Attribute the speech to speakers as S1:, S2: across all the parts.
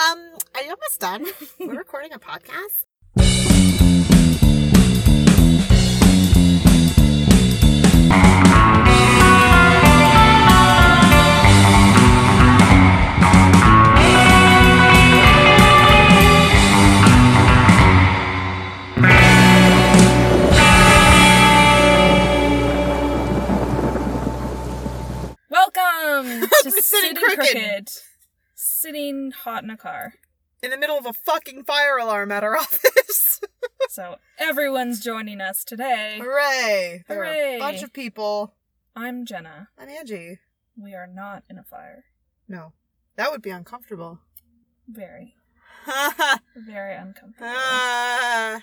S1: Um, you almost done? We're recording a podcast?
S2: Welcome to
S1: Sitting
S2: Sitting
S1: Crooked.
S2: Crooked. Sitting hot in a car.
S1: In the middle of a fucking fire alarm at our office.
S2: So everyone's joining us today.
S1: Hooray. There are a
S2: Hooray.
S1: bunch of people.
S2: I'm Jenna.
S1: I'm Angie.
S2: We are not in a fire.
S1: No, that would be uncomfortable.
S2: Very,
S1: Ah,
S2: very uncomfortable.
S1: uh,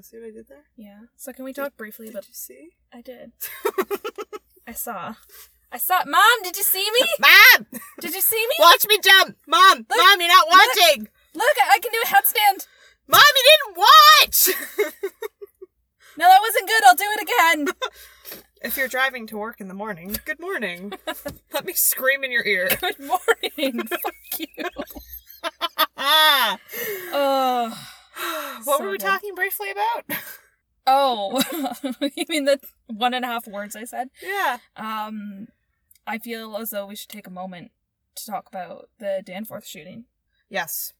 S1: see what I did there?
S2: yeah. So can we talk briefly
S1: Did
S2: about
S1: you see?
S2: I did. I saw. I saw Mom, did you see me?
S1: Mom!
S2: Did you see me?
S1: Watch me jump! Mom!
S2: Look,
S1: Mom, you're not
S2: look.
S1: watching!
S2: Look, I, I can do a headstand.
S1: Mom, you didn't watch!
S2: No, that wasn't good. I'll do it again.
S1: if you're driving to work in the morning, good morning. Let me scream in your ear.
S2: Good morning. Fuck you.
S1: Ah!
S2: Oh.
S1: what
S2: So
S1: were we
S2: good.
S1: talking briefly about?
S2: Oh. you mean the one and a half words I said?
S1: yeah.
S2: Um, I feel as though we should take a moment to talk about the Danforth shooting,
S1: Yes.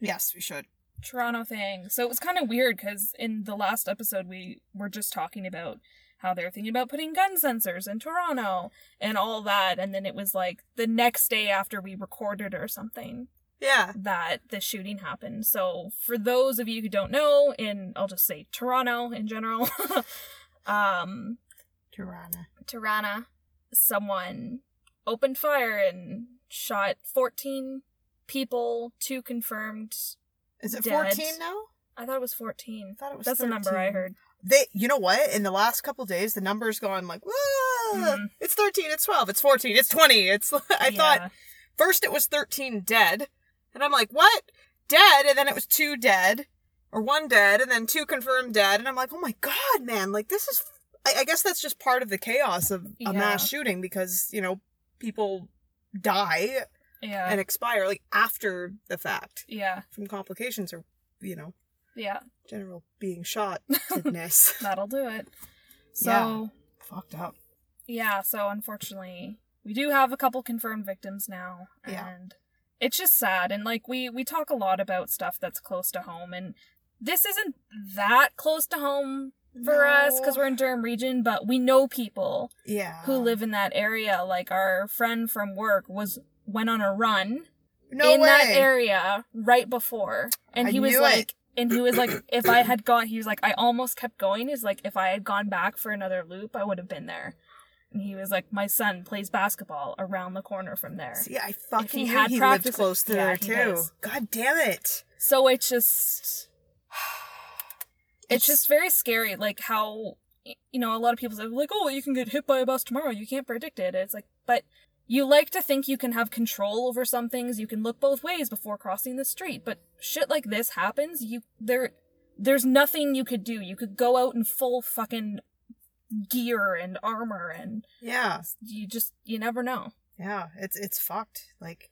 S1: Yes, we should.
S2: Toronto thing. So it was kind of weird because in the last episode we were just talking about how they're thinking about putting gun sensors in Toronto and all that, and then it was like the next day after we recorded or something
S1: Yeah.
S2: that the shooting happened. So for those of you who don't know, in I'll just say Toronto in general, um,
S1: Tirana.
S2: Tirana, someone opened fire and shot 14 people, two confirmed.
S1: Is it
S2: Dead.
S1: 14 now?
S2: I thought it was 14.
S1: thought it was
S2: That's the number I
S1: 13.
S2: heard.
S1: They you know what? In the last couple days the number's gone like, whoa.
S2: Mhm.
S1: It's 13, it's 12, it's 14, it's 20. It's I thought
S2: Yeah.
S1: first it was 13 dead. And I'm like, "What? Dead?" And then it was two dead or one dead and then two confirmed dead and I'm like, "Oh my god, man. Like this is I, I guess that's just part of the chaos of a mass
S2: Yeah.
S1: shooting because, you know, people die
S2: Yeah.
S1: and expire like after the fact
S2: yeah.
S1: from complications or you know
S2: Yeah.
S1: general being shot goodness
S2: That'll do it. So,
S1: Yeah. fucked up
S2: yeah. So, unfortunately, we do have a couple confirmed victims now. And
S1: Yeah.
S2: it's just sad. And, like, we, we talk a lot about stuff that's close to home. And this isn't that close to home for us us because we're in Durham region, but we know people
S1: yeah
S2: who live in that area. Like our friend from work was went on a run
S1: no
S2: in
S1: way.
S2: that area right before, and
S1: I
S2: he was
S1: knew it.
S2: like, and he was like, if I had gone, he was like, I almost kept going. He's like, if I had gone back for another loop, I would have been there. And he was like, my son plays basketball around the corner from there.
S1: See, I fucking
S2: he
S1: knew
S2: had
S1: he lived
S2: practice-
S1: close to
S2: yeah,
S1: there
S2: he
S1: too.
S2: does.
S1: God damn it!
S2: So it just
S1: It's-
S2: it's just very scary like how y- you know a lot of people say like oh you can get hit by a bus tomorrow you can't predict it it's like but you like to think you can have control over some things you can look both ways before crossing the street but shit like this happens you there there's nothing you could do you could go out in full fucking gear and armor and
S1: Yeah,
S2: you just you never know
S1: yeah, it's it's fucked. Like,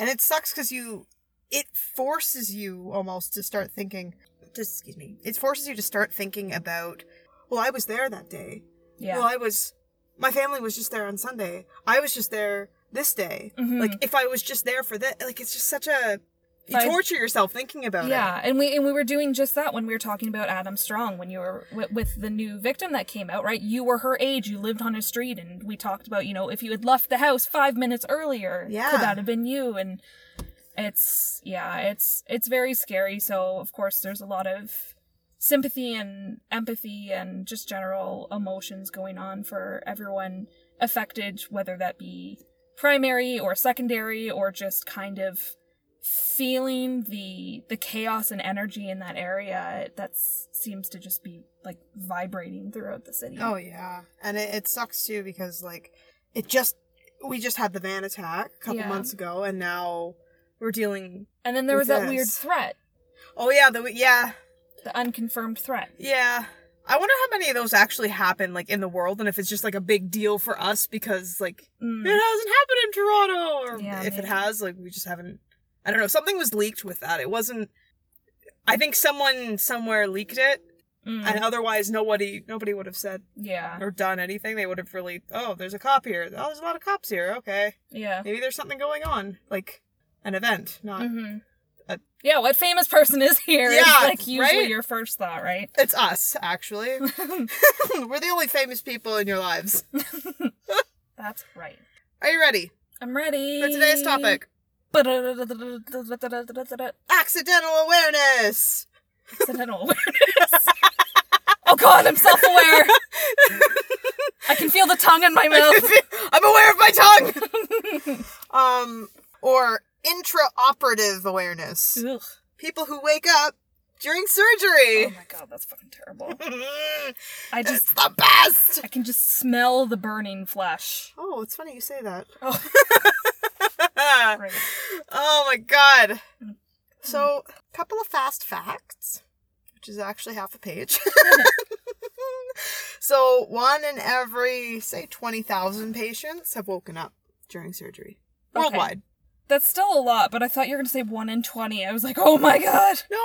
S1: and it sucks because you, it forces you almost to start thinking. Just excuse me. It forces you to start thinking about. Well, I was there that day.
S2: yeah
S1: Well, I was, my family was just there on Sunday. I was just there this day.
S2: Mhm.
S1: Like, if I was just there for that, like, it's just such a, you
S2: If I-
S1: torture yourself thinking about it.
S2: yeah, and we and we were doing just that when we were talking about Adam Strong when you were with, with the new victim that came out, right? You were her age, you lived on his street, and we talked about you know if you had left the house five minutes earlier,
S1: Yeah.
S2: could that have been you? And it's yeah, it's it's very scary. So of course, there's a lot of sympathy and empathy and just general emotions going on for everyone affected, whether that be primary or secondary or just kind of feeling the the chaos and energy in that area that seems to just be like vibrating throughout the city.
S1: Oh, yeah. And it, it sucks too because, like, it just, we just had the van attack a couple
S2: Yeah.
S1: months ago and now we're dealing,
S2: and then there was
S1: with
S2: that weird
S1: this.
S2: threat,
S1: oh, yeah, the, yeah,
S2: the unconfirmed threat.
S1: yeah. I wonder how many of those actually happen, like, in the world and if it's just, like, a big deal for us because, like,
S2: Mm.
S1: it hasn't happened in Toronto, or
S2: Yeah,
S1: Hmm. if it
S2: maybe.
S1: has, like we just haven't. I don't know. Something was leaked with that. It wasn't. I think someone somewhere leaked it,
S2: Mm,
S1: and otherwise nobody nobody would have said
S2: yeah.
S1: or done anything. They would have really. Oh, there's a cop here. Oh, there's a lot of cops here. Okay,
S2: Yeah.
S1: maybe there's something going on, like an event, not
S2: Mm-hmm.
S1: Uh,
S2: yeah, what famous person is here? It's
S1: Yeah,
S2: like usually
S1: right?
S2: your first thought, right?
S1: It's us, actually. We're the only famous people in your lives.
S2: That's right.
S1: Are you ready
S2: I'm ready.
S1: for today's topic? Accidental awareness.
S2: Accidental awareness. Oh god, I'm self aware. I can feel the tongue in my mouth.
S1: I'm aware of my tongue. Um, or intraoperative awareness.
S2: Ugh.
S1: People who wake up during
S2: Oh
S1: surgery.
S2: my god, that's fucking terrible. I
S1: it's
S2: just
S1: the best.
S2: I can just smell the burning flesh.
S1: Oh, it's funny you say that.
S2: Oh, great.
S1: oh my god. So, a couple of fast facts, which is actually half a page. so, one in every, say, 20,000 patients have woken up during surgery
S2: Okay.
S1: worldwide.
S2: That's still a lot, but I thought you were going to say 1 in 20. I was like, oh my god.
S1: No,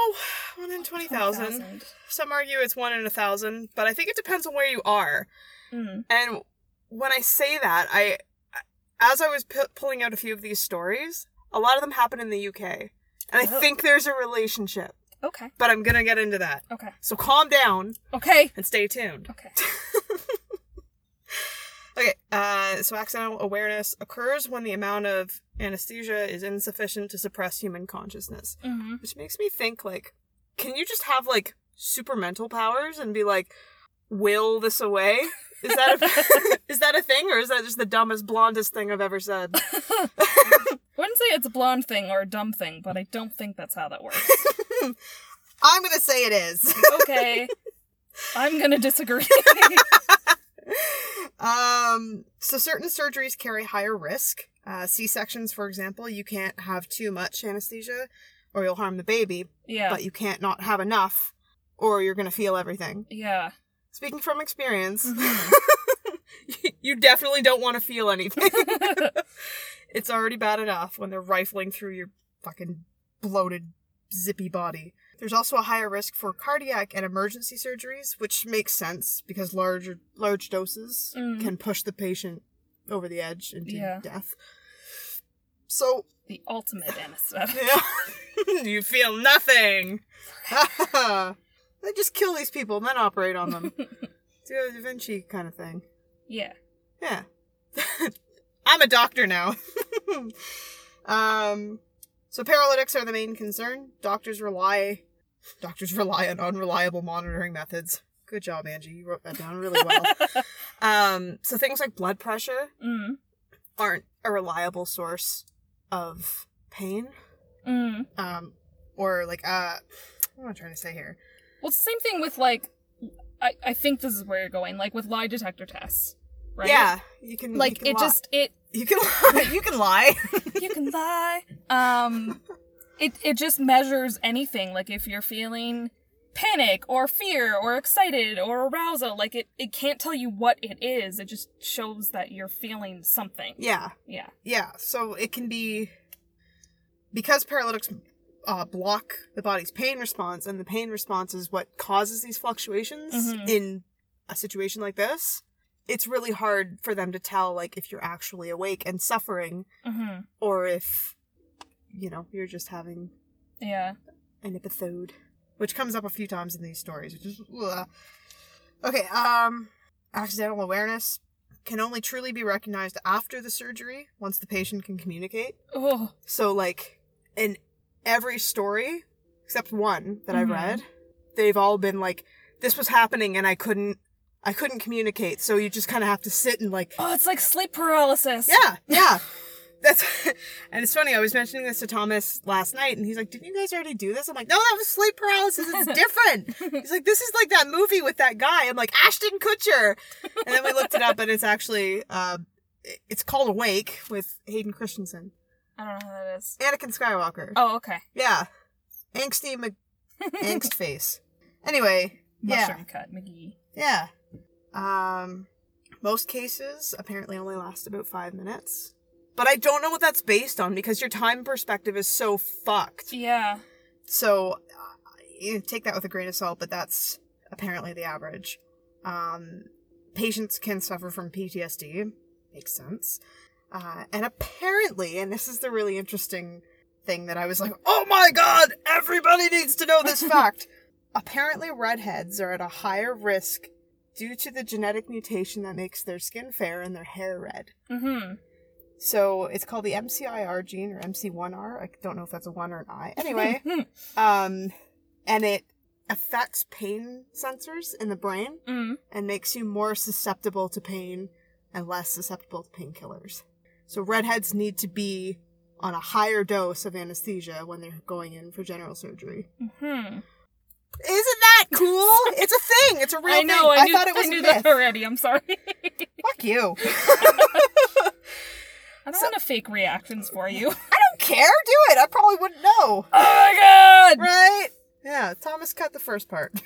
S1: one in 20,000.
S2: 20,000.
S1: Some argue it's one in a thousand, but I think it depends on where you are.
S2: Mm.
S1: And when I say that, I, as I was pu- pulling out a few of these stories, a lot of them happen in the UK. And I
S2: Oh.
S1: think there's a relationship,
S2: Okay.
S1: but I'm going to get into that.
S2: Okay.
S1: So calm down
S2: Okay.
S1: and stay tuned.
S2: Okay.
S1: Okay, uh, so accidental awareness occurs when the amount of anesthesia is insufficient to suppress human consciousness,
S2: Mm-hmm.
S1: which makes me think like, can you just have like super mental powers and be like, will this away? Is that a, is that a thing, or is that just the dumbest, blondest thing I've ever said?
S2: I wouldn't say it's a blonde thing or a dumb thing, but I don't think that's how that works.
S1: I'm gonna say it is.
S2: Okay. I'm going to disagree.
S1: Um, so certain surgeries carry higher risk. Uh, C sections, for example, you can't have too much anesthesia, or you'll harm the baby.
S2: yeah.
S1: but you can't not have enough or you're going to feel everything.
S2: Yeah.
S1: Speaking from experience,
S2: Mhm.
S1: Mm-hmm. you definitely don't want to feel anything. it's already bad enough when they're rifling through your fucking bloated, zippy body. There's also a higher risk for cardiac and emergency surgeries, which makes sense because larger large doses
S2: Mm.
S1: can push the patient over the edge into
S2: Yeah.
S1: death. So
S2: the ultimate anesthetic.
S1: yeah. you feel nothing. they just kill these people and then operate on them. Do a Da Vinci kind of thing.
S2: Yeah.
S1: Yeah. I'm a doctor now. um, so paralytics are the main concern. Doctors rely doctors rely on unreliable monitoring methods. Good job, Angie. You wrote that down really well. um, so things like blood pressure
S2: Mm.
S1: aren't a reliable source of pain
S2: Mm.
S1: um or like uh what am i trying to say here
S2: Well, it's the same thing with like, I, I think this is where you're going, like with lie detector tests, right?
S1: yeah you can you
S2: Like
S1: can
S2: it
S1: lie.
S2: just it
S1: you can lie you can lie
S2: you can lie. Um, it it just measures anything. Like if you're feeling panic or fear or excited or arousal, like it it can't tell you what it is. It just shows that you're feeling something.
S1: yeah
S2: Yeah.
S1: yeah so it can be because paralytics uh, block the body's pain response and the pain response is what causes these fluctuations
S2: Mhm.
S1: in a situation like this it's really hard for them to tell like if you're actually awake and suffering
S2: Mm-hmm.
S1: or if you know you're just having
S2: Yeah.
S1: an episode, which comes up a few times in these stories. Which is ugh. okay. Um, accidental awareness can only truly be recognized after the surgery once the patient can communicate.
S2: Oh.
S1: So, like in every story except one that
S2: Mhm.
S1: I read, they've all been like, "This was happening, and I couldn't, I couldn't communicate." So you just kind of have to sit and like
S2: Oh, it's like sleep paralysis.
S1: yeah, yeah. That's and it's funny. I was mentioning this to Thomas last night, and he's like, "Didn't you guys already do this?" I'm like, "No, that was sleep paralysis. It's different." he's like, "This is like that movie with that guy." I'm like, "Ashton Kutcher," and then we looked it up, and it's actually uh, it- it's called Awake with Hayden Christensen,
S2: I don't know how that is.
S1: Anakin Skywalker.
S2: Oh, okay.
S1: Yeah, angsty Mc- angst face. Anyway, yeah,
S2: Mushroom cut, McGee.
S1: yeah. Um, most cases apparently only last about five minutes, But I don't know what that's based on because your time perspective is so fucked.
S2: Yeah.
S1: So uh, you take that with a grain of salt, but that's apparently the average. Um, patients can suffer from PTSD. Makes sense. Uh, and apparently, and this is the really interesting thing that I was like, oh my god, everybody needs to know this fact. apparently, redheads are at a higher risk due to the genetic mutation that makes their skin fair and their hair red.
S2: Mm-hmm.
S1: So it's called the MCIR gene or MC1R. I don't know if that's a 1 or an I. Anyway,
S2: Mm-hmm.
S1: um, and it affects pain sensors in the brain
S2: mm.
S1: and makes you more susceptible to pain and less susceptible to painkillers. So redheads need to be on a higher dose of anesthesia when they're going in for general surgery.
S2: Mm-hmm.
S1: Isn't that cool? it's a thing. It's a real
S2: I know.
S1: thing.
S2: I,
S1: I,
S2: knew,
S1: thought it was
S2: I
S1: a
S2: knew
S1: myth.
S2: that already. I'm sorry.
S1: Fuck you.
S2: I don't
S1: So-
S2: want to fake reactions for you.
S1: I don't care. Do it. I probably wouldn't know.
S2: oh my god.
S1: right? Yeah, Thomas cut the first part.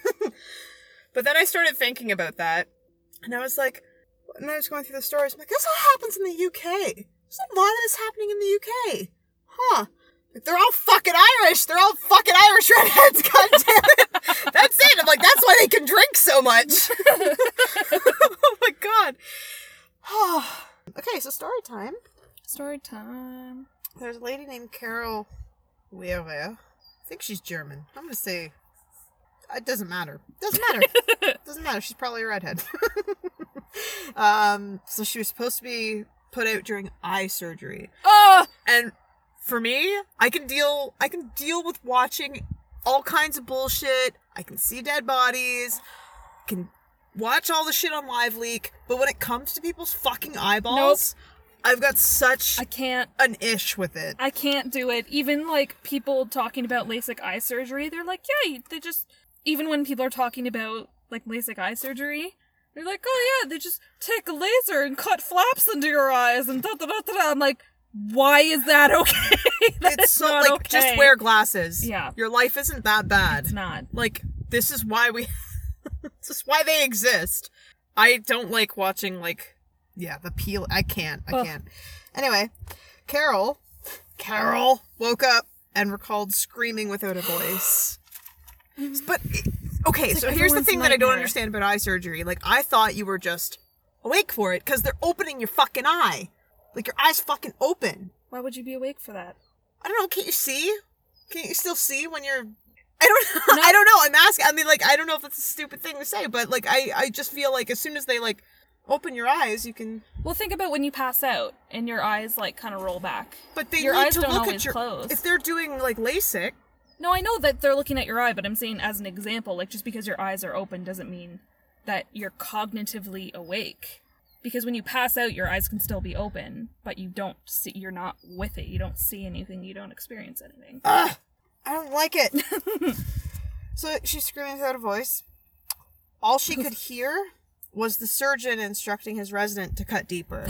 S1: but then I started thinking about that, and I was like, and I was going through the stories. I'm like, this all happens in the UK. There's a lot of this happening in the UK, huh? Like, they're all fucking Irish. They're all fucking Irish redheads. God damn it. That's it. I'm like, that's why they can drink so much. oh my god. okay, so story time
S2: Story time.
S1: there's a lady named Carol Weaver. I think she's German. I'm gonna say uh, it doesn't matter. Doesn't matter. doesn't matter. She's probably a redhead. um, so she was supposed to be put out during eye surgery,
S2: Oh,
S1: and for me, I can deal. I can deal with watching all kinds of bullshit. I can see dead bodies. I can watch all the shit on Live Leak. But when it comes to people's fucking eyeballs, I've got such
S2: I can't.
S1: an ish with it.
S2: I can't do it. Even like people talking about LASIK eye surgery, they're like, yeah, you- they just. Even when people are talking about like LASIK eye surgery, they're like, oh yeah, they just take a laser and cut flaps into your eyes and da da da da. da." I'm like, why is that okay? That's
S1: it's so
S2: not
S1: like
S2: okay.
S1: just wear glasses.
S2: Yeah.
S1: Your life isn't that bad.
S2: It's not.
S1: Like this is why we this is why they exist. I don't like watching like yeah, the peel I can't. I
S2: Ugh.
S1: can't. Anyway, Carol Carol woke up and recalled screaming without a voice. but okay, so here's the
S2: Mm-hmm. everyone's
S1: thing that I don't
S2: nightmare.
S1: understand about eye surgery. Like I thought you were just awake for it cuz they're opening your fucking eye. Like your eyes fucking open.
S2: Why would you be awake for that?
S1: I don't know. Can't you see? Can't you still see when you're? I don't.
S2: No.
S1: I don't know. I'm asking. I mean, like, I don't know if that's a stupid thing to say, but like, I, I just feel like as soon as they like open your eyes, you can.
S2: Well, think about when you pass out and your eyes like kind of roll back.
S1: But they
S2: Your
S1: need
S2: eyes
S1: to
S2: don't
S1: look at
S2: always
S1: your.
S2: close.
S1: If they're doing like LASIK,
S2: No, I know that they're looking at your eye, but I'm saying as an example, like just because your eyes are open doesn't mean that you're cognitively awake. Because when you pass out, your eyes can still be open, but you don't see. You're not with it. You don't see anything. You don't experience anything.
S1: Ugh, Ah, I don't like it. so she's screaming without a voice. All she could hear was the surgeon instructing his resident to cut deeper.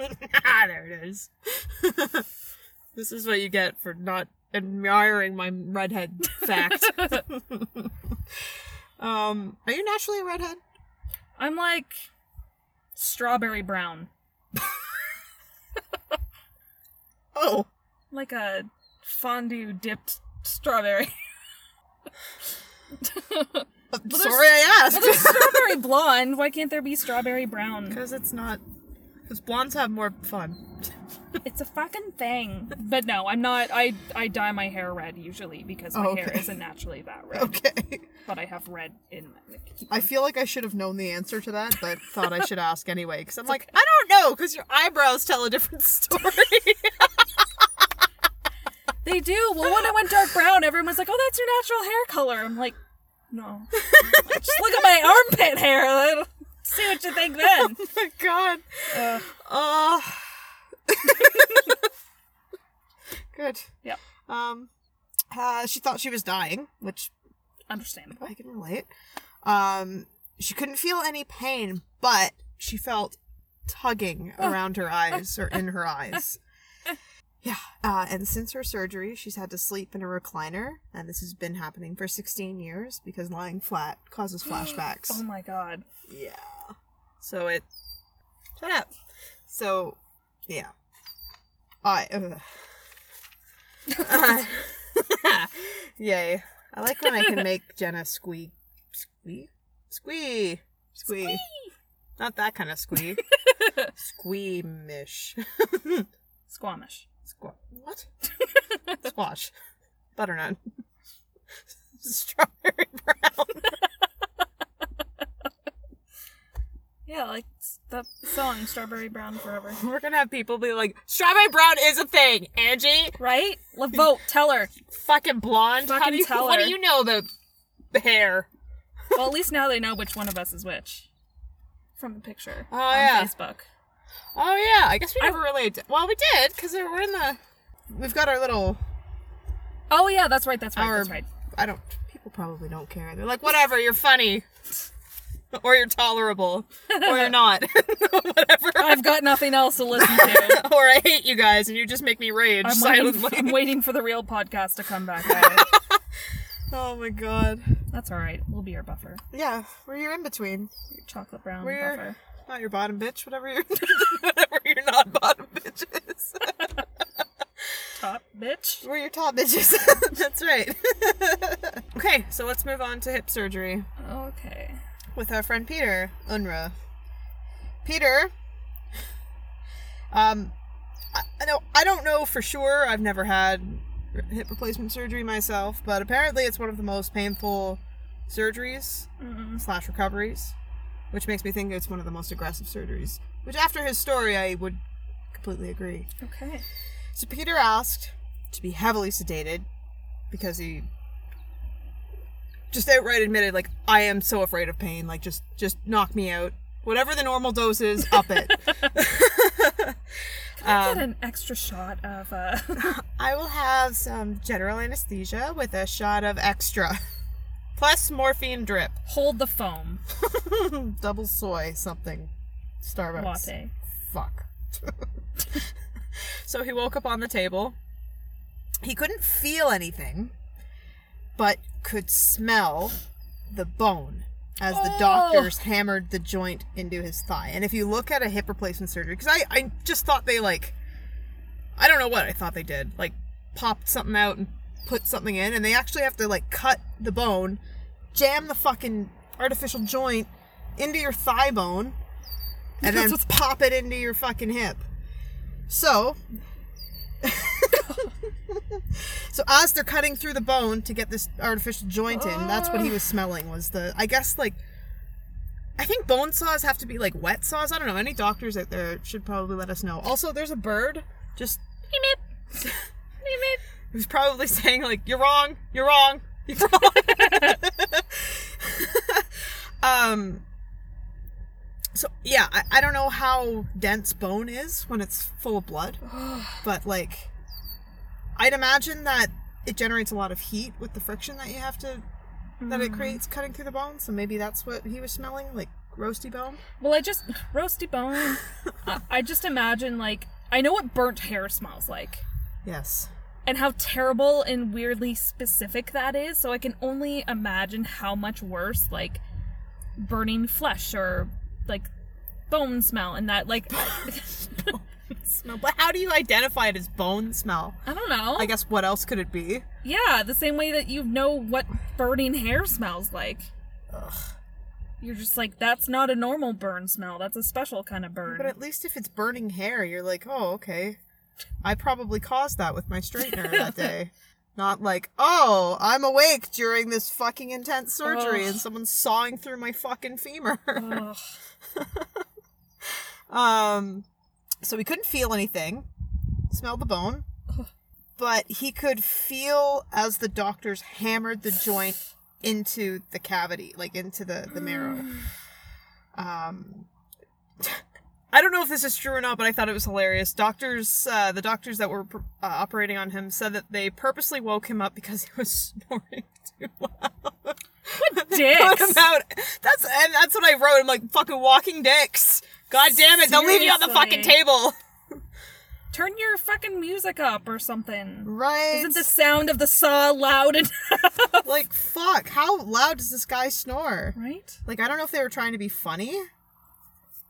S1: ah, there it is. this is what you get for not admiring my redhead fact. um, are you naturally a redhead?
S2: I'm like strawberry brown,
S1: Oh,
S2: like a fondue dipped strawberry.
S1: I'm
S2: there's-
S1: Uh, sorry I
S2: Well, there's
S1: asked.
S2: strawberry blonde. Why can't there be strawberry brown?
S1: Because it's not. Because blondes have more fun.
S2: It's a fucking thing. But no, I'm not. I I dye my hair red usually because my
S1: Oh,
S2: hair
S1: okay.
S2: isn't naturally that red.
S1: Okay.
S2: But I have red in my.
S1: I feel like I should have known the answer to that, but thought I should ask anyway. Because I'm like, I don't know, because your eyebrows tell a different story.
S2: They do. Well, when I went dark brown, everyone's like, "Oh, that's your natural hair color." I'm like, no. Just look at my armpit hair. I'll See what you think then.
S1: oh my god.
S2: Uh,
S1: Oh. Good.
S2: Yep.
S1: Um, uh, she thought she was dying, which
S2: understandable.
S1: I can relate. Um, she couldn't feel any pain, but she felt tugging around her eyes or in her eyes. Yeah, uh, and since her surgery, she's had to sleep in a recliner, and this has been happening for 16 years because lying flat causes flashbacks.
S2: Oh my god.
S1: yeah. So it. Shut up. So, Yeah. I. ugh. Uh, yay! I like when I can make Jenna squee, squee, squee, squee. Not that kind of squee. Squeamish.
S2: Squamish.
S1: Squash. What? Squash. Butternut. Strawberry brown.
S2: Yeah, like s- the song Strawberry Brown Forever.
S1: We're gonna have people be like, strawberry brown is a thing, Angie.
S2: Right? La- Vote, tell her.
S1: Fucking blonde. How
S2: Fucking
S1: do you,
S2: tell
S1: What
S2: her.
S1: do you know about the hair?
S2: Well, at least now they know which one of us is which. From the picture
S1: Oh,
S2: on
S1: yeah.
S2: Facebook.
S1: Oh yeah, I guess we
S2: I-
S1: never really. ad- Well, we did because we're in the. We've got our little.
S2: Oh yeah, that's right. That's right.
S1: Our-
S2: That's right.
S1: I don't. People probably don't care. They're like, whatever. You're funny, or you're tolerable, or you're not. whatever.
S2: I've got nothing else to listen to.
S1: or I hate you guys, and you just make me rage
S2: I'm waiting,
S1: silently.
S2: I'm waiting for the real podcast to come back. Riley.
S1: Oh my god.
S2: That's all right. We'll be your buffer,
S1: Yeah, we're your in between.
S2: your chocolate brown
S1: We're-
S2: buffer.
S1: Not your bottom bitch, whatever your whatever your non bottom bitch is.
S2: Top bitch.
S1: we're your top bitches. That's right. okay, so let's move on to hip surgery.
S2: Okay.
S1: with our friend Peter Unra. Peter, um, I, I know I don't know for sure. I've never had r- hip replacement surgery myself, but apparently it's one of the most painful surgeries
S2: Mm.
S1: slash recoveries, which makes me think it's one of the most aggressive surgeries. Which, after his story, I would completely agree.
S2: Okay.
S1: So Peter asked to be heavily sedated because he just outright admitted, like, I am so afraid of pain. Like, just just knock me out. Whatever the normal dose is, up it.
S2: I
S1: Um,
S2: Get an extra shot of uh.
S1: I will have some general anesthesia with a shot of extra, plus morphine drip,
S2: hold the foam
S1: double soy something, Starbucks.
S2: latte.
S1: fuck. so he woke up on the table. He couldn't feel anything, but could smell the bone as the
S2: Oh.
S1: doctors hammered the joint into his thigh. And if you look at a hip replacement surgery, because I, I just thought they like, I don't know what I thought they did, like popped something out and put something in, and they actually have to like cut the bone, jam the fucking artificial joint into your thigh bone, and then
S2: That's
S1: pop it into your fucking hip. So, so as they're cutting through the bone to get this artificial joint in, that's what he was smelling. Was the I guess like. I think bone saws have to be like wet saws. I don't know. Any doctors out there should probably let us know. Also, there's a bird just
S2: Meep meep. meep
S1: who's probably saying like you're wrong you're wrong you're wrong um so yeah I, I don't know how dense bone is when it's full of blood
S2: meep.
S1: but like i'd imagine that it generates a lot of heat with the friction that you have to that it
S2: Mm.
S1: creates cutting through the bone so maybe that's what he was smelling like roasty bone
S2: Well, I just roasty bone. I, I just imagine like I know what burnt hair smells like,
S1: yes
S2: and how terrible and weirdly specific that is. So I can only imagine how much worse like burning flesh or like bone smell and that like
S1: smell but how do you identify it as bone smell
S2: I don't know.
S1: i guess what else could it be
S2: yeah, the same way that you know what burning hair smells like. You're just like that's not a normal burn smell. That's a special kind of burn.
S1: But at least if it's burning hair, you're like, oh, okay. I probably caused that with my straightener that day. Not like, oh, I'm awake during this fucking intense surgery
S2: Ugh.
S1: and someone's sawing through my fucking femur.
S2: Ugh.
S1: um, so he couldn't feel anything, smell the bone, but he could feel as the doctors hammered the joint into the cavity, like into the, the marrow. Um, I don't know if this is true or not, but I thought it was hilarious. Doctors, uh, the doctors that were pr- uh, operating on him said that they purposely woke him up because he was snoring too loud. They put
S2: dicks.
S1: him out. That's and that's what I wrote. I'm like fucking walking dicks. God damn it! They'll leave you on the fucking
S2: Seriously.
S1: table.
S2: Turn your fucking music up or something.
S1: Right?
S2: Isn't the sound of the saw loud enough?
S1: like fuck? How loud does this guy snore?
S2: Right?
S1: Like I don't know if they were trying to be funny,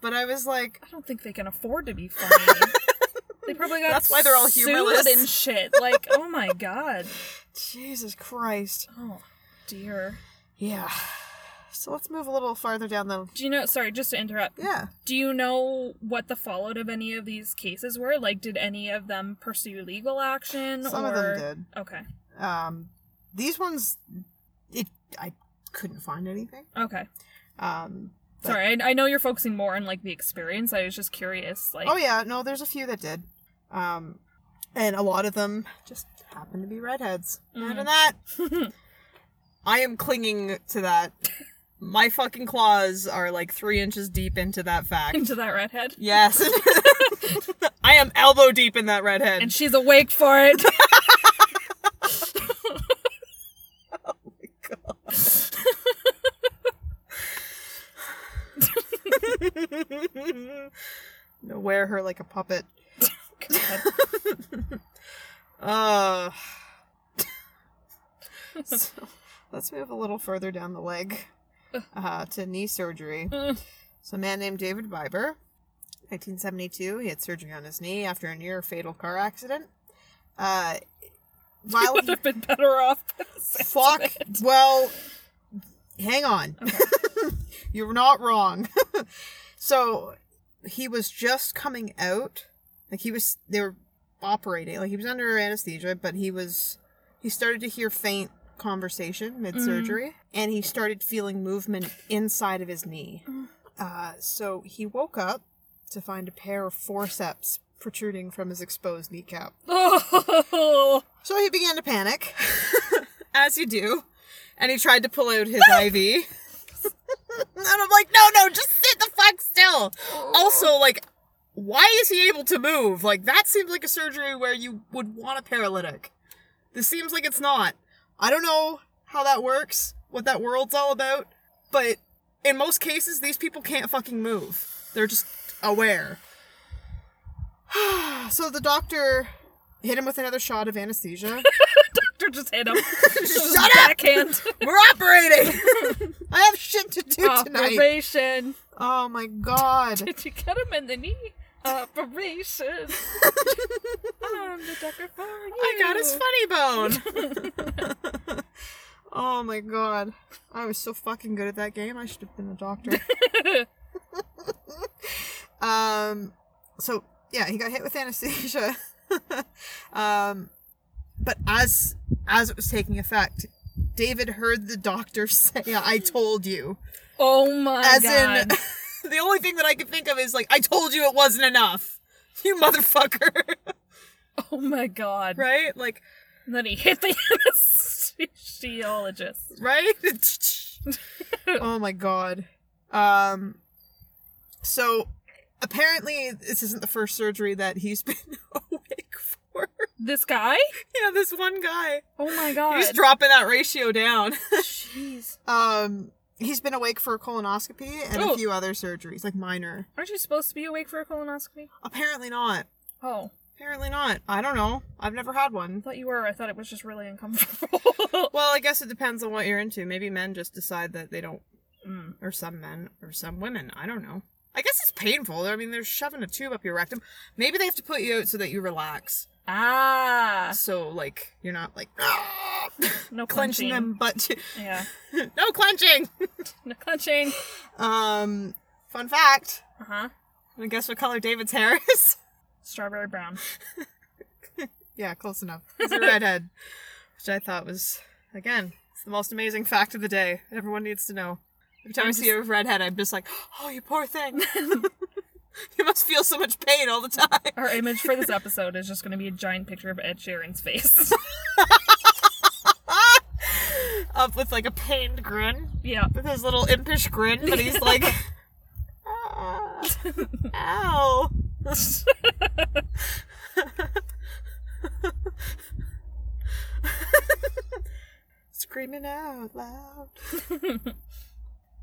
S1: but I was like,
S2: I don't think they can afford to be funny. They probably got
S1: That's why they're all
S2: sued
S1: humorless.
S2: and shit. Like, oh my god.
S1: Jesus Christ.
S2: Oh dear.
S1: Yeah. So let's move a little farther down the.
S2: Do you know? Sorry, just to interrupt.
S1: Yeah.
S2: Do you know what the fallout of any of these cases were? Like, did any of them pursue legal action?
S1: Some
S2: or...
S1: of them
S2: did. Okay.
S1: did. Um, these ones, it I couldn't find anything.
S2: Okay.
S1: Um, But-
S2: Sorry, I, I know you're focusing more on like the experience. I was just curious. Like,
S1: oh yeah, no, there's a few that did. Um, and a lot of them just happen to be redheads. Imagine that.
S2: Mm-hmm.
S1: I am clinging to that. My fucking claws are like three inches deep into that fact.
S2: into that redhead,
S1: Yes. I am elbow deep in that redhead.
S2: and she's awake for it.
S1: Wear her like a puppet.
S2: God.
S1: Uh, so, let's move a little further down the leg uh, to knee surgery.
S2: Ugh.
S1: So, a man named David Biber, 1972, he had surgery on his knee after a near fatal car accident. Uh, while
S2: Would have been better off.
S1: fuck, well, hang on. You're not wrong. so, he was just coming out. Like, he was, they were operating. Like, he was under anesthesia, but he was, he started to hear faint conversation mid surgery, and he started feeling movement inside of his knee. Uh, so he woke up to find a pair of forceps protruding from his exposed kneecap.
S2: Oh,
S1: So he began to panic, as you do, and he tried to pull out his IV. and I'm like, no, no, just sit the fuck still. Also, like, why is he able to move? Like, that seems like a surgery where you would want a paralytic. This seems like it's not. I don't know how that works, what that world's all about, but in most cases, these people can't fucking move. They're just aware. so the doctor hit him with another shot of anesthesia.
S2: doctor just hit him. Just
S1: Shut up!
S2: backhand.
S1: We're operating. I have shit to do tonight.
S2: Operation.
S1: Oh my god.
S2: Did you get him in the knee? Operation. I'm the doctor for you.
S1: I got his funny bone. oh my god. I was so fucking good at that game. I should have been a doctor. um so yeah, he got hit with anesthesia. um but as as it was taking effect, David heard the doctor say, "I told you."
S2: Oh my
S1: As
S2: god.
S1: in, the only thing that I could think of is like, I told you it wasn't enough. You motherfucker.
S2: oh my god.
S1: right? Like,
S2: And then he hit the anesthesiologist.
S1: right? oh my god. Um so apparently this isn't the first surgery that he's been awake for.
S2: This guy?
S1: yeah, this one guy.
S2: Oh my god.
S1: He's dropping that ratio down.
S2: Jeez.
S1: um he's been awake for a colonoscopy and
S2: Oh.
S1: a few other surgeries, like minor.
S2: Aren't you supposed to be awake for a colonoscopy?
S1: Apparently not.
S2: Oh,
S1: Apparently not. I don't know. I've never had one.
S2: I thought you were. I thought it was just really uncomfortable.
S1: Well, I guess it depends on what you're into. Maybe men just decide that they don't,
S2: Mm.
S1: or some men, or some women. I don't know. I guess it's painful. I mean, they're shoving a tube up your rectum. Maybe they have to put you out so that you relax.
S2: ah,
S1: So, like, you're not like
S2: no
S1: clenching
S2: clenching.
S1: them, but
S2: Yeah,
S1: no clenching.
S2: no clenching.
S1: Um, fun fact.
S2: Uh huh.
S1: I guess what color David's hair is?
S2: Strawberry brown.
S1: yeah, close enough. He's a redhead, which I thought was again it's the most amazing fact of the day. Everyone needs to know. Every time
S2: I'm
S1: I see a redhead, I'm just like, oh, you poor thing. you must feel so much pain all the time.
S2: Our image for this episode is just going to be a giant picture of Ed Sheeran's face.
S1: Up with like a pained grin,
S2: yeah.
S1: with his little impish grin, but he's like, "Ah, ow. Screaming out loud.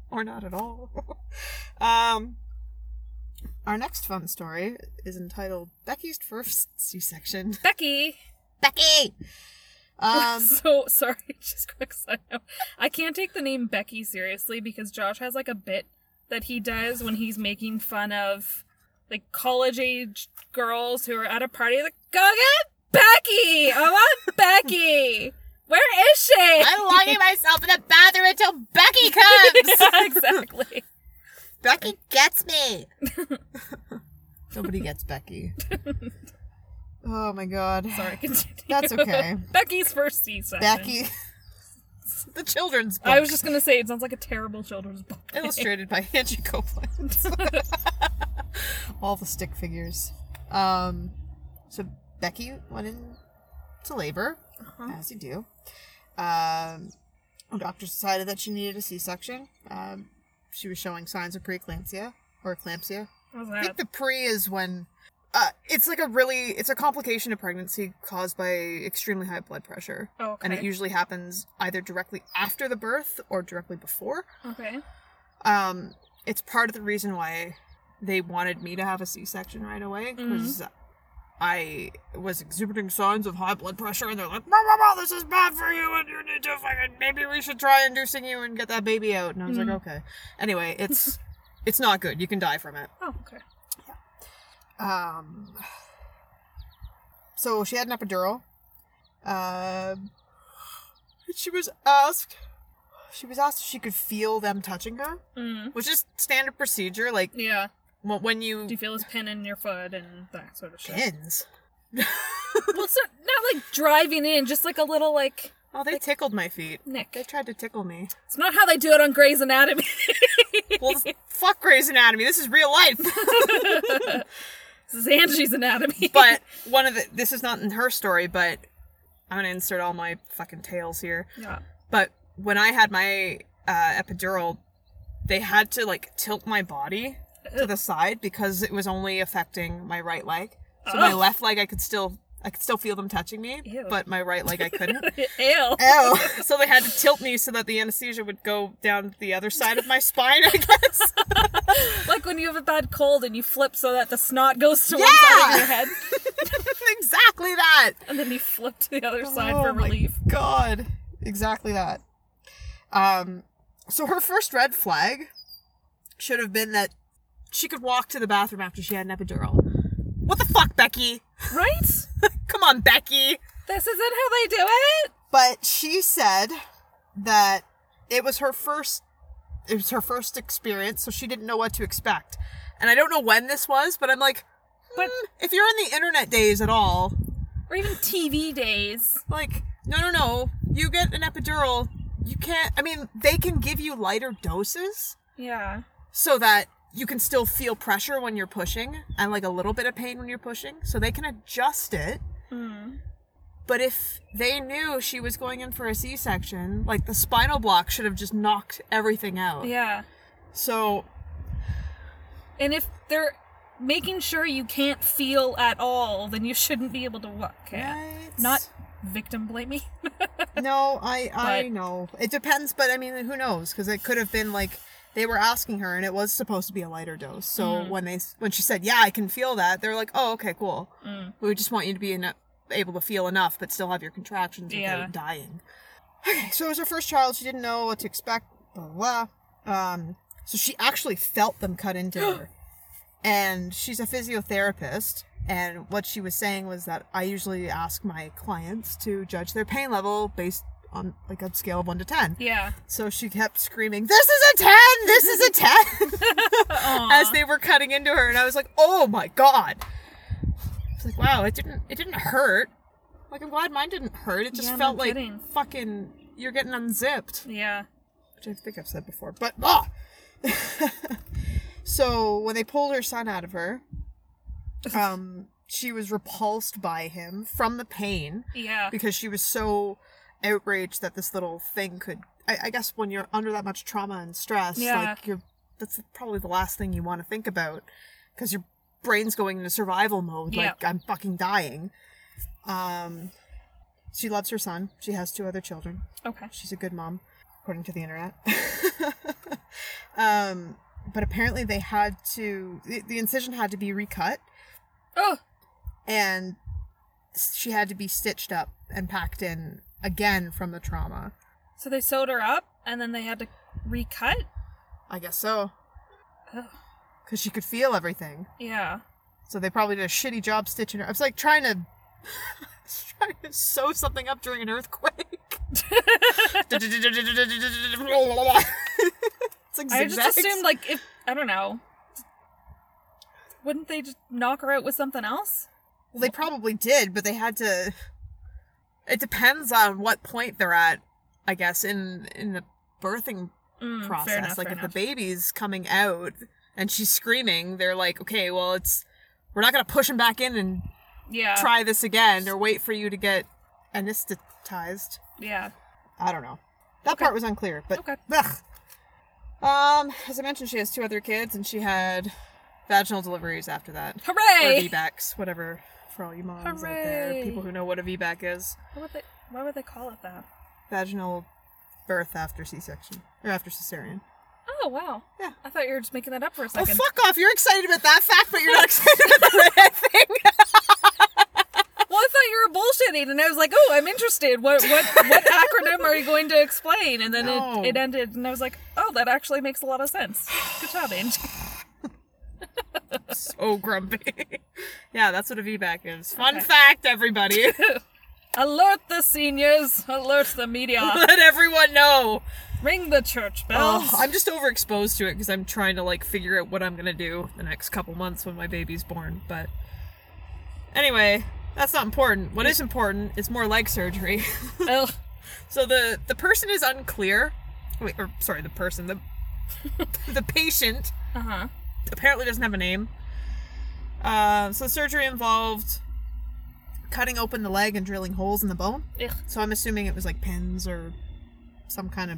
S1: or not at all. um, our next fun story is entitled Becky's First C Section.
S2: Becky.
S1: Becky! Um,
S2: so sorry, just quick side note. I can't take the name Becky seriously because Josh has like a bit that he does when he's making fun of like college age girls who are at a party like go get Becky. I want Becky. Where is she?
S3: I'm locking myself in the bathroom until Becky comes.
S2: Yeah, exactly.
S3: Becky gets me.
S1: Nobody gets Becky. oh my god.
S2: Sorry, continue.
S1: That's okay.
S2: Becky's first season.
S1: Becky. the children's book.
S2: I was just gonna say it sounds like a terrible children's book.
S1: illustrated by Angie Copeland. All the stick figures. Um, so Becky went into labor, as you do. Um, a doctor decided that she needed a C-section. Um, she was showing signs of preeclampsia or eclampsia.
S2: What was
S1: I
S2: that?
S1: think the pre is when. Uh, it's like a really it's a complication of pregnancy caused by extremely high blood pressure
S2: Oh, okay.
S1: and it usually happens either directly after the birth or directly before
S2: okay.
S1: um, it's part of the reason why they wanted me to have a C-section right away because I was exhibiting signs of high blood pressure, and they're like, "Blah blah blah, this is bad for you, and you need to fucking maybe we should try inducing you and get that baby out." And I was
S2: Mhm.
S1: like, "Okay." Anyway, it's it's not good. You can die from it.
S2: Oh, okay.
S1: Um, so she had an epidural. Um, and she was asked. She was asked if she could feel them touching her
S2: Mm.
S1: which is standard procedure. Like
S2: Yeah.
S1: wh- when you
S2: Do you feel his pin in your foot and that sort of shit?
S1: pins.
S2: well, it's not, not like driving in, just like a little like
S1: Oh, they tickled my feet. They
S2: nick.
S1: tried to tickle me.
S2: It's not how they do it on Grey's Anatomy.
S1: Well, fuck Grey's Anatomy. This is real life.
S2: this is Angie's Anatomy.
S1: But one of the this is not in her story, but I'm gonna insert all my fucking tales here.
S2: yeah.
S1: But when I had my uh, epidural, they had to like tilt my body to the side because it was only affecting my right leg. So my
S2: Ugh.
S1: left leg, I could still I could still feel them touching me,
S2: Ew.
S1: but my right leg, I couldn't.
S2: Ew.
S1: Oh. so they had to tilt me so that the anesthesia would go down the other side of my spine, I guess.
S2: Like when you have a bad cold and you flip so that the snot goes to one side
S1: Yeah!
S2: of your head,
S1: exactly that.
S2: and then you flip to the other side
S1: Oh
S2: for
S1: my
S2: relief.
S1: God. Exactly that. Um so her first red flag should have been that she could walk to the bathroom after she had an epidural. What the fuck, Becky?
S2: Right?
S1: Come on, Becky.
S2: This isn't how they do it.
S1: But she said that it was her first it was her first experience, so she didn't know what to expect. And I don't know when this was, but I'm like, hmm,
S2: But
S1: if you're in the internet days at all,
S2: or even TV days.
S1: like, no, no, no, you get an epidural, you can't. I mean, they can give you lighter doses
S2: Yeah.
S1: so that you can still feel pressure when you're pushing and like a little bit of pain when you're pushing, so they can adjust it.
S2: Mm.
S1: But if they knew she was going in for a C section, like the spinal block should have just knocked everything out.
S2: Yeah.
S1: So,
S2: And if they're making sure you can't feel at all, then you shouldn't be able to walk. Yeah.
S1: Right?
S2: Not victim blaming.
S1: No, I I
S2: But-
S1: know. It depends, but I mean, who knows? Because it could have been like they were asking her, and it was supposed to be a lighter dose. So
S2: Mm-hmm.
S1: when they when she said, "Yeah, I can feel that," they're like, "Oh, okay, cool.
S2: Mm.
S1: We just want you to be eno- able to feel enough, but still have your contractions
S2: Yeah.
S1: without dying." Okay, so it was her first child. She didn't know what to expect. Blah blah. Um, so she actually felt them cut into her, and she's a physiotherapist. And what she was saying was that I usually ask my clients to judge their pain level based on like a scale of one to ten.
S2: yeah.
S1: So she kept screaming, "This is a ten! This is a 10! as they were cutting into her, and I was like, "Oh my god!" It's like, "Wow, it didn't it didn't hurt. Like I'm glad mine didn't hurt. It just
S2: Yeah, no
S1: felt like
S2: kidding.
S1: fucking you're getting unzipped."
S2: Yeah.
S1: which I think I've said before, but ah! so when they pulled her son out of her, um, she was repulsed by him from the pain
S2: Yeah.
S1: because she was so outraged that this little thing could. I, I guess when you're under that much trauma and stress,
S2: Yeah.
S1: like you're, that's probably the last thing you want to think about because your brain's going into survival mode.
S2: Yeah.
S1: Like I'm fucking dying. Um, she loves her son. She has two other children.
S2: Okay.
S1: She's a good mom, according to the internet. um, but apparently, they had to, the, the incision had to be recut
S2: Oh.
S1: and she had to be stitched up and packed in again from the trauma.
S2: So they sewed her up and then they had to recut?
S1: I guess so.
S2: Oh.
S1: because she could feel everything.
S2: Yeah.
S1: So they probably did a shitty job stitching her. I was like trying to, I was trying to sew something up during an earthquake. it's like
S2: I just
S1: zigzags.
S2: assumed like if I don't know, wouldn't they just knock her out with something else?
S1: Well, they probably did, but they had to. It depends on what point they're at, I guess, in in the birthing
S2: Mm, fair
S1: process.
S2: enough,
S1: like
S2: fair
S1: if
S2: enough.
S1: the baby's coming out and she's screaming, they're like, okay, well, it's we're not gonna push him back in and
S2: yeah,
S1: try this again or wait for you to get anesthetized.
S2: yeah,
S1: I don't know. That
S2: Okay.
S1: part was unclear, but
S2: Okay.
S1: Ugh. um, as I mentioned, she has two other kids, and she had vaginal deliveries after that. Or
S2: hooray!
S1: VBACs, whatever, for all you moms out there,
S2: Hooray.
S1: people who know what a VBAC is.
S2: Why would they? Why would they call it that?
S1: Vaginal birth after C-section or after cesarean.
S2: Oh wow!
S1: Yeah.
S2: I thought you were just making that up for a
S1: Oh,
S2: second.
S1: fuck off! You're excited about that fact, but you're not excited about the red thing.
S2: Well, I thought you were bullshitting, and I was like, "Oh, I'm interested. What what what acronym are you going to explain?" And then
S1: No.
S2: it, it ended, and I was like, "Oh, that actually makes a lot of sense. Good job, Ange."
S1: so grumpy. yeah, that's what a VBAC is. Fun fact, everybody.
S2: Alert the seniors! Alert the media!
S1: Let everyone know.
S2: Ring the church bells!
S1: Oh, I'm just overexposed to it because I'm trying to like figure out what I'm gonna do the next couple months when my baby's born. But anyway, that's not important. What is important is more leg surgery.
S2: Ugh.
S1: so the the person is unclear. Wait, or sorry, the person the the patient
S2: Uh-huh.
S1: apparently doesn't have a name. Uh, so surgery involved cutting open the leg and drilling holes in the bone.
S2: Ugh.
S1: So I'm assuming it was like pins or some kind of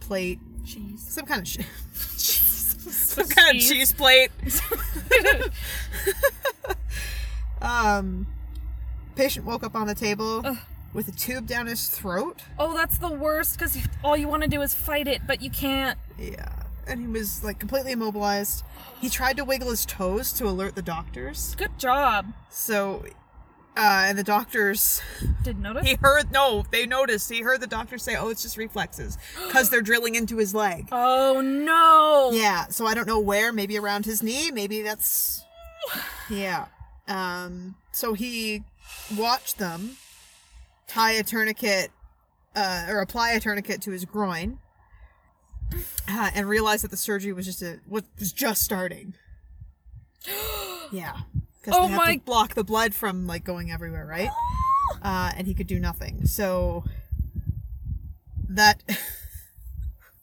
S1: plate
S2: Cheese.
S1: some kind of shit. some kind of
S2: cheese.
S1: cheese plate. Um, patient woke up on the table with a tube down his throat.
S2: oh, that's the worst because all you want to do is fight it, but you can't.
S1: Yeah, and he was like completely immobilized. He tried to wiggle his toes to alert the doctors.
S2: Good job.
S1: So, uh, and the doctors
S2: Didn't notice.
S1: he heard no, they noticed. He heard the doctors say, "Oh, it's just reflexes," because they're drilling into his leg.
S2: Oh no!
S1: Yeah, so I don't know where, maybe around his knee, maybe that's Yeah. Um so he watched them tie a tourniquet uh, or apply a tourniquet to his groin uh, and realized that the surgery was just a what was just starting. Yeah. Cuz
S2: Oh
S1: they have
S2: my-
S1: to block the blood from like going everywhere, right? Uh, and he could do nothing. So that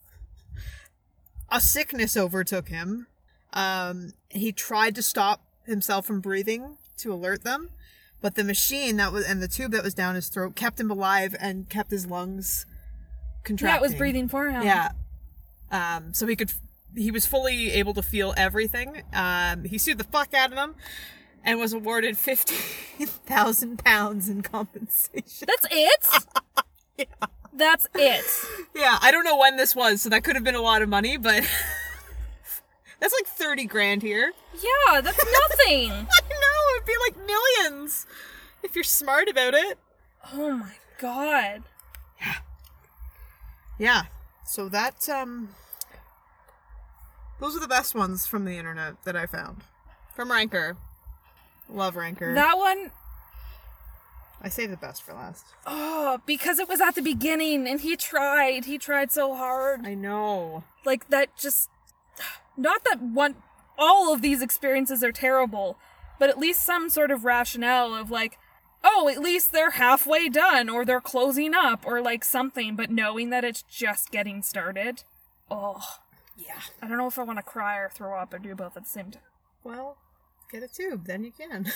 S1: a sickness overtook him. Um, he tried to stop himself from breathing to alert them, but the machine that was and the tube that was down his throat kept him alive and kept his lungs contracting.
S2: Yeah, it was breathing for him.
S1: Yeah. Um, so he could, he was fully able to feel everything. Um, he sued the fuck out of them, and was awarded fifteen thousand pounds in compensation.
S2: That's it. That's it.
S1: Yeah, I don't know when this was, so that could have been a lot of money, but that's like thirty grand here.
S2: Yeah, that's
S1: I
S2: nothing.
S1: know it'd be like millions if you're smart about it.
S2: oh my god.
S1: Yeah. So that um, those are the best ones from the internet that I found from Ranker. Love Ranker.
S2: That one
S1: I saved the best for last.
S2: oh, because it was at the beginning and he tried. He tried so hard.
S1: I know.
S2: Like that just not that one all of these experiences are terrible, but at least some sort of rationale of like Oh, at least they're halfway done, or they're closing up, or like something, but knowing that it's just getting started. Oh,
S1: Yeah.
S2: I don't know if I want to cry or throw up or do both at the same time.
S1: Well, get a tube, then you can.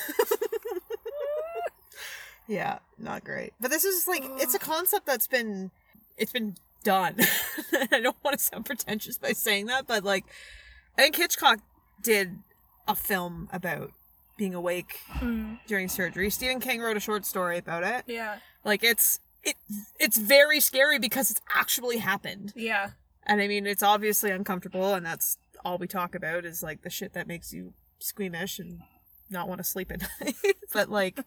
S1: yeah, not great. But this is like it's a concept that's been it's been done. I don't want to sound pretentious by saying that, but like I think Hitchcock did a film about being awake
S2: Mm,
S1: during surgery. Stephen King wrote a short story about it.
S2: yeah,
S1: Like it's it it's very scary because it's actually happened.
S2: yeah.
S1: And I mean, it's obviously uncomfortable, and that's all we talk about is like the shit that makes you squeamish and not want to sleep at night. but like,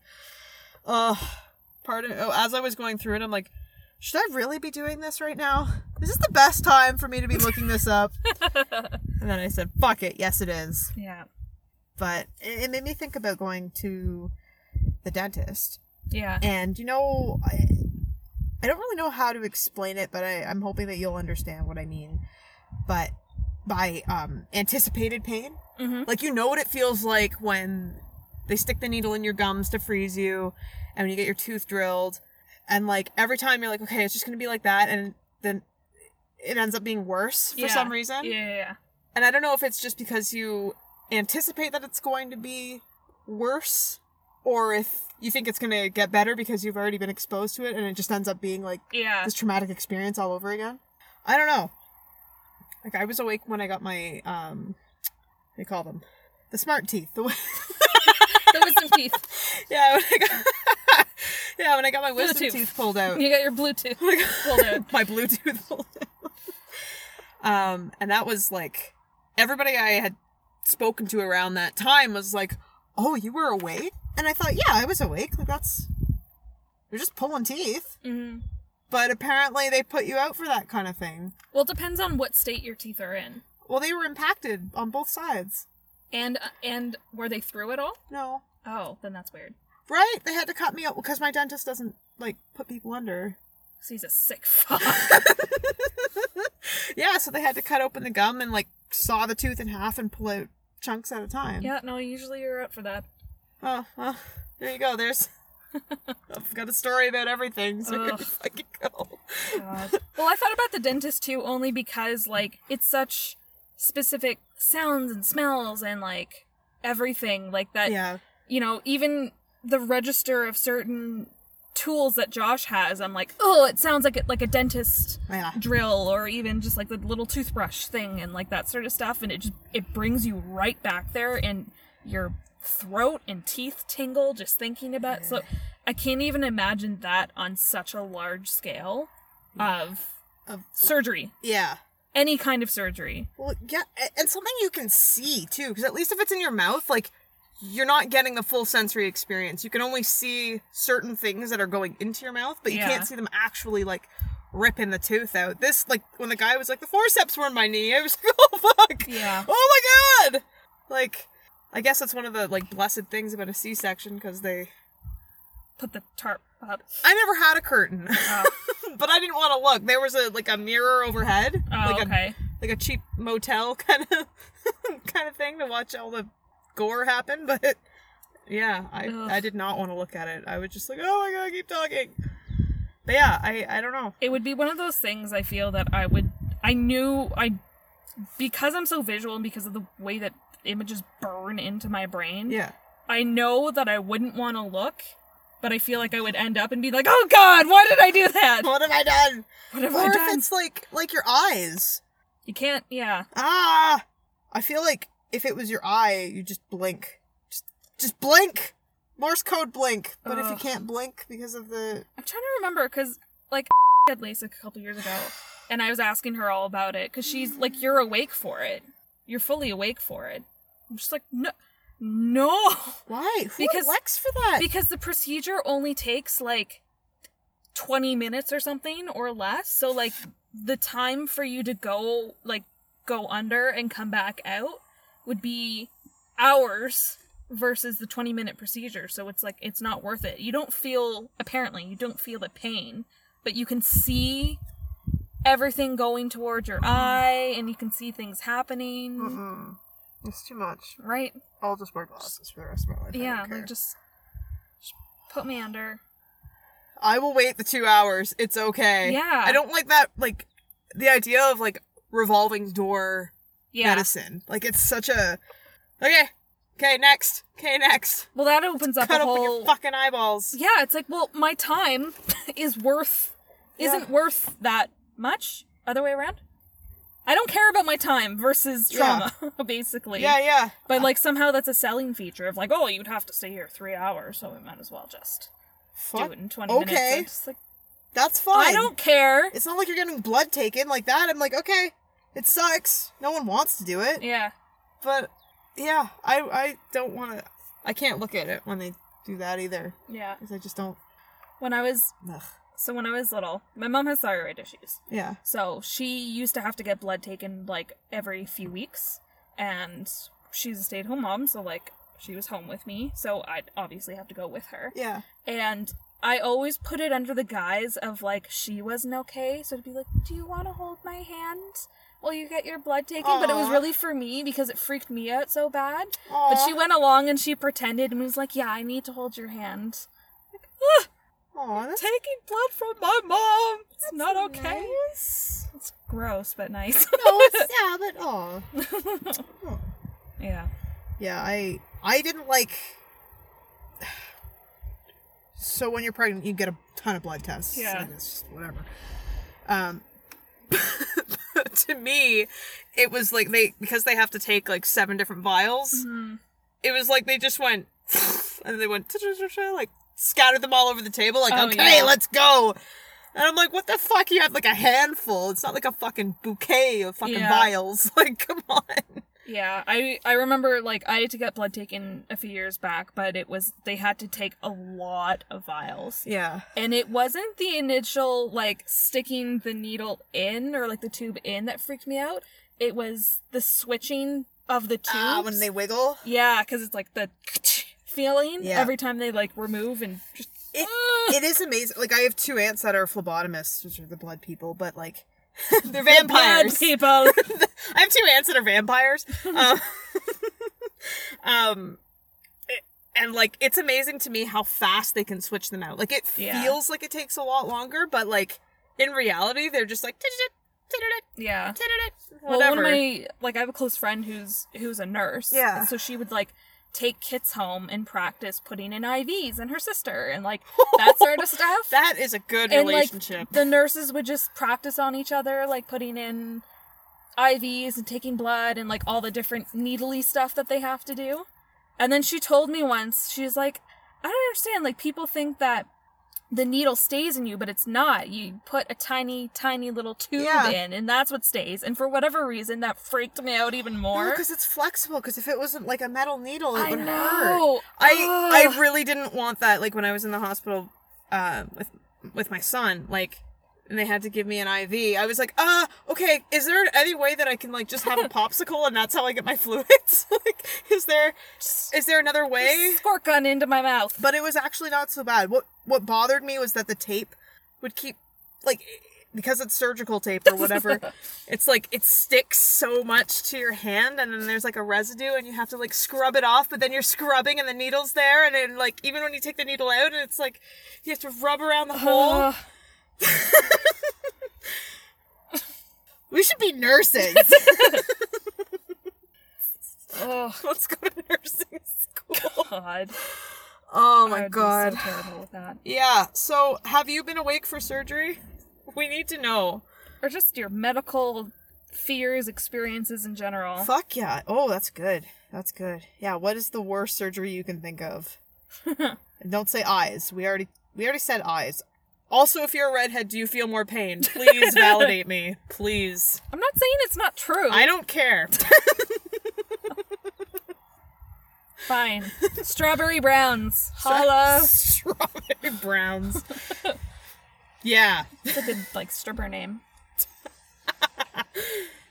S1: oh, part of oh, as I was going through it, I'm like, should I really be doing this right now? Is this the best time for me to be looking this up? And then I said, fuck it, yes it is.
S2: Yeah.
S1: But it, it made me think about going to the dentist.
S2: Yeah.
S1: And you know, I, I don't really know how to explain it, but I, I'm hoping that you'll understand what I mean. But by um, anticipated pain,
S2: Mm-hmm.
S1: like you know what it feels like when they stick the needle in your gums to freeze you, and when you get your tooth drilled, and like every time you're like, okay, it's just gonna be like that, and then it ends up being worse for
S2: Yeah.
S1: some reason.
S2: Yeah, yeah, yeah.
S1: And I don't know if it's just because you anticipate that it's going to be worse or if you think it's going to get better because you've already been exposed to it and it just ends up being like
S2: Yeah.
S1: this traumatic experience all over again. I don't know. Like I was awake when I got my um what do you call them? The smart teeth. The wi-
S2: the wisdom teeth.
S1: yeah, when I got Yeah, when I got my wisdom
S2: Bluetooth.
S1: teeth pulled out.
S2: You got your Bluetooth pulled out.
S1: my Bluetooth. pulled out. um, and that was like everybody I had spoken to around that time was like, "Oh, you were awake," and I thought, "Yeah, I was awake. Like that's you're just pulling teeth."
S2: Mm-hmm.
S1: But apparently, they put you out for that kind of thing.
S2: Well, it depends on what state your teeth are in,
S1: Well, they were impacted on both sides.
S2: and and were they through at all?
S1: No,
S2: Oh, then that's weird.
S1: right? They had to cut me out because my dentist doesn't like put people under.
S2: 'Cause he's a sick fuck.
S1: yeah, so they had to cut open the gum and like saw the tooth in half and pull out chunks at a time.
S2: yeah, no, usually you're out for that.
S1: Oh, well, there you go. There's. I've got a story about everything, so here
S2: Ugh.
S1: we fucking go.
S2: God. well, I thought about the dentist too, only because like it's such specific sounds and smells and like everything like that.
S1: Yeah.
S2: You know, even the register of certain tools that Josh has, I'm like, oh, it sounds like it like a dentist
S1: Yeah.
S2: drill or even just like the little toothbrush thing and like that sort of stuff and it just it brings you right back there and your throat and teeth tingle just thinking about so i can't even imagine that on such a large scale of
S1: Of-
S2: surgery
S1: Yeah.
S2: any kind of surgery
S1: Well, yeah, a- and something you can see too, because at least if it's in your mouth, like you're not getting the full sensory experience. You can only see certain things that are going into your mouth, but you
S2: Yeah.
S1: can't see them actually like ripping the tooth out. This, like, when the guy was like, the forceps were in my knee, I was like, oh fuck.
S2: yeah
S1: Oh my god! Like, I guess that's one of the like blessed things about a C-section because they
S2: put the tarp up
S1: I never had a curtain,
S2: Oh.
S1: but I didn't want to look. There was a like a mirror overhead,
S2: oh,
S1: like a
S2: okay
S1: like a cheap motel kind of kind of thing to watch all the gore happen. But yeah, I
S2: Ugh.
S1: I did not want to look at it. I was just like, oh my god, keep talking. But yeah, I I don't know.
S2: it would be one of those things I feel that I would I knew I because I'm so visual and because of the way that images burn into my brain.
S1: Yeah,
S2: I know that I wouldn't want to look, but I feel like I would end up and be like, "Oh god, why did I do that?
S1: what have I done?
S2: What have
S1: Or
S2: I
S1: if
S2: done?"
S1: it's like like your eyes.
S2: You can't, yeah.
S1: Ah, I feel like if it was your eye, you just blink, just just blink. Morse code blink, but if you
S2: Ugh.
S1: can't blink because of the
S2: I'm trying to remember cuz like had LASIK a couple years ago and I was asking her all about it cuz she's like you're awake for it. You're fully awake for it. I'm just like, "No. No."
S1: Why? Who
S2: Because-
S1: elects for that?
S2: because the procedure only takes like 20 minutes or something or less so like the time for you to go like go under and come back out would be hours versus the 20 minute procedure so it's like it's not worth it you don't feel apparently you don't feel the pain but you can see everything going towards your eye and you can see things happening
S1: Mm-mm. Mm-hmm. It's too much.
S2: right
S1: I'll just wear glasses for the rest of my life. I
S2: yeah
S1: don't care.
S2: like just, just put me under
S1: I will wait the two hours. It's okay.
S2: Yeah.
S1: I don't like that. Like the idea of like revolving door
S2: yeah
S1: medicine. Like it's such a okay. Okay, next. Okay, next.
S2: Well, that opens up
S1: Cut
S2: a
S1: open
S2: whole.
S1: your fucking eyeballs.
S2: yeah, it's like, well, my time is worth, isn't worth that much. Other way around. I don't care about my time versus
S1: Yeah.
S2: trauma, basically.
S1: Yeah, yeah.
S2: But like somehow that's a selling feature of like, oh, you'd have to stay here three hours, so we might as well just
S1: Fuck.
S2: do it in twenty minutes.
S1: Okay.
S2: I'm just like,
S1: That's fine.
S2: I don't care.
S1: It's not like you're getting blood taken like that. I'm like, okay, it sucks. No one wants to do it.
S2: Yeah.
S1: But yeah, I I don't want to. I can't look at it when they do that either.
S2: Yeah.
S1: Because I just don't.
S2: When I was
S1: Ugh.
S2: So when I was little, my mom has thyroid issues.
S1: Yeah.
S2: So she used to have to get blood taken like every few weeks, and she's a stay-at-home mom, so like she was home with me, so I'd obviously have to go with her.
S1: Yeah.
S2: And I always put it under the guise of like she wasn't okay, so to be like, "Do you want to hold my hand?" Well, you get your blood taken, but it was
S1: Aw.
S2: really for me because it freaked me out so bad.
S1: Aw.
S2: But she went along and she pretended and was like, "Yeah, I need to hold your hand."
S1: Aw, that's
S2: Taking blood from my mom. It's not okay.
S1: nice.
S2: It's gross but nice.
S1: No, it's yeah, but aw.
S2: yeah.
S1: Yeah, I I didn't like. So when you're pregnant, you get a ton of blood tests.
S2: Yeah.
S1: and it's just whatever. Um, to me, it was like they because they have to take like seven different vials. It was like they just went and they went like scattered them all over the table. Like
S2: Oh,
S1: okay,
S2: yeah.
S1: let's go. And I'm like, what the fuck? You have like a handful. It's not like a fucking bouquet of fucking
S2: Yeah.
S1: vials. Like, come on.
S2: Yeah, I I remember like I had to get blood taken a few years back, but it was they had to take a lot of vials.
S1: Yeah.
S2: And it wasn't the initial like sticking the needle in or like the tube in that freaked me out. It was the switching of the tubes.
S1: Ah, when they wiggle.
S2: Yeah, cuz it's like the feeling
S1: Yeah.
S2: every time they like remove and just
S1: It-
S2: Ah!
S1: it is amazing. Like I have two aunts that are phlebotomists, which are the blood people, but like they're
S2: The blood
S1: vampires.
S2: people.
S1: I have two aunts that are vampires. Um, um, it- and like it's amazing to me how fast they can switch them out. Like it
S2: Yeah.
S1: feels like it takes a lot longer, but like in reality, they're just like "Tididit, tididit,
S2: yeah.
S1: tididit,"
S2: Well, one
S1: whatever.
S2: of my like I have a close friend who's who's a nurse.
S1: Yeah.
S2: and So she would like take kits home and practice putting in IVs and her sister and like that sort of stuff.
S1: that is a good
S2: and like
S1: relationship.
S2: the nurses would just practice on each other, like putting in IVs and taking blood and like all the different needly stuff that they have to do. And then she told me once, she's like, I don't understand. Like people think that the needle stays in you, but it's not. You put a tiny, tiny little tube
S1: Yeah.
S2: in, and that's what stays. And for whatever reason, that freaked me out even more.
S1: because it's flexible. Because if it wasn't like a metal needle, it
S2: I
S1: would hurt.
S2: know.
S1: I
S2: Ugh.
S1: I really didn't want that. Like when I was in the hospital uh, with with my son, like, and they had to give me an IV. I was like, uh, okay. Is there any way that I can like just have a popsicle and that's how I get my fluids? like, is there is there another way?
S2: squirt gun into my mouth.
S1: But it was actually not so bad. What what bothered me was that the tape would keep like because it's surgical tape or whatever, it's like it sticks so much to your hand and then there's like a residue and you have to like scrub it off, but then you're scrubbing and the needle's there and then like even when you take the needle out and it's like you have to rub around the hole.
S2: Ugh.
S1: We should be nurses.
S2: Ugh.
S1: Let's go to nursing school.
S2: God.
S1: Oh
S2: I
S1: my
S2: would be
S1: god.
S2: so terrible with that.
S1: Yeah. So have you been awake for surgery? We need to know.
S2: Or just your medical fears, experiences in general.
S1: Fuck yeah. Oh, that's good. That's good. Yeah, what is the worst surgery you can think of? And Don't say eyes. We already we already said eyes. Also, if you're a redhead, do you feel more pain? Please validate me. Please.
S2: I'm not saying it's not true.
S1: I don't care.
S2: Fine. Strawberry browns. Holla.
S1: Strawberry browns. Yeah.
S2: It's a good like stripper name.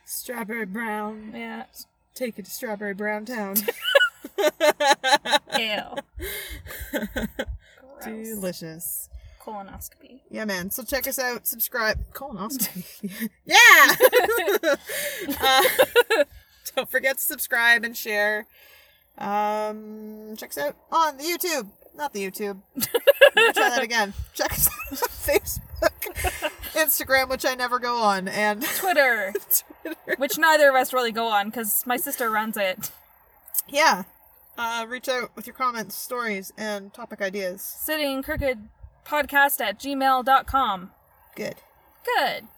S1: Strawberry brown.
S2: Yeah.
S1: Take it to Strawberry Brown Town.
S2: Ew. Gross.
S1: Delicious.
S2: Colonoscopy.
S1: Yeah, man. So check us out. Subscribe. Colonoscopy. yeah. Uh, don't forget to subscribe and share. Um, check us out on the YouTube. Not the YouTube. Try that again. Check us out on Facebook, Instagram, which I never go on, and
S2: Twitter,
S1: Twitter.
S2: which neither of us really go on because my sister runs it.
S1: Yeah. Uh, reach out with your comments, stories, and topic ideas.
S2: Sitting crooked podcast at gmail.com.
S1: Good.
S2: Good.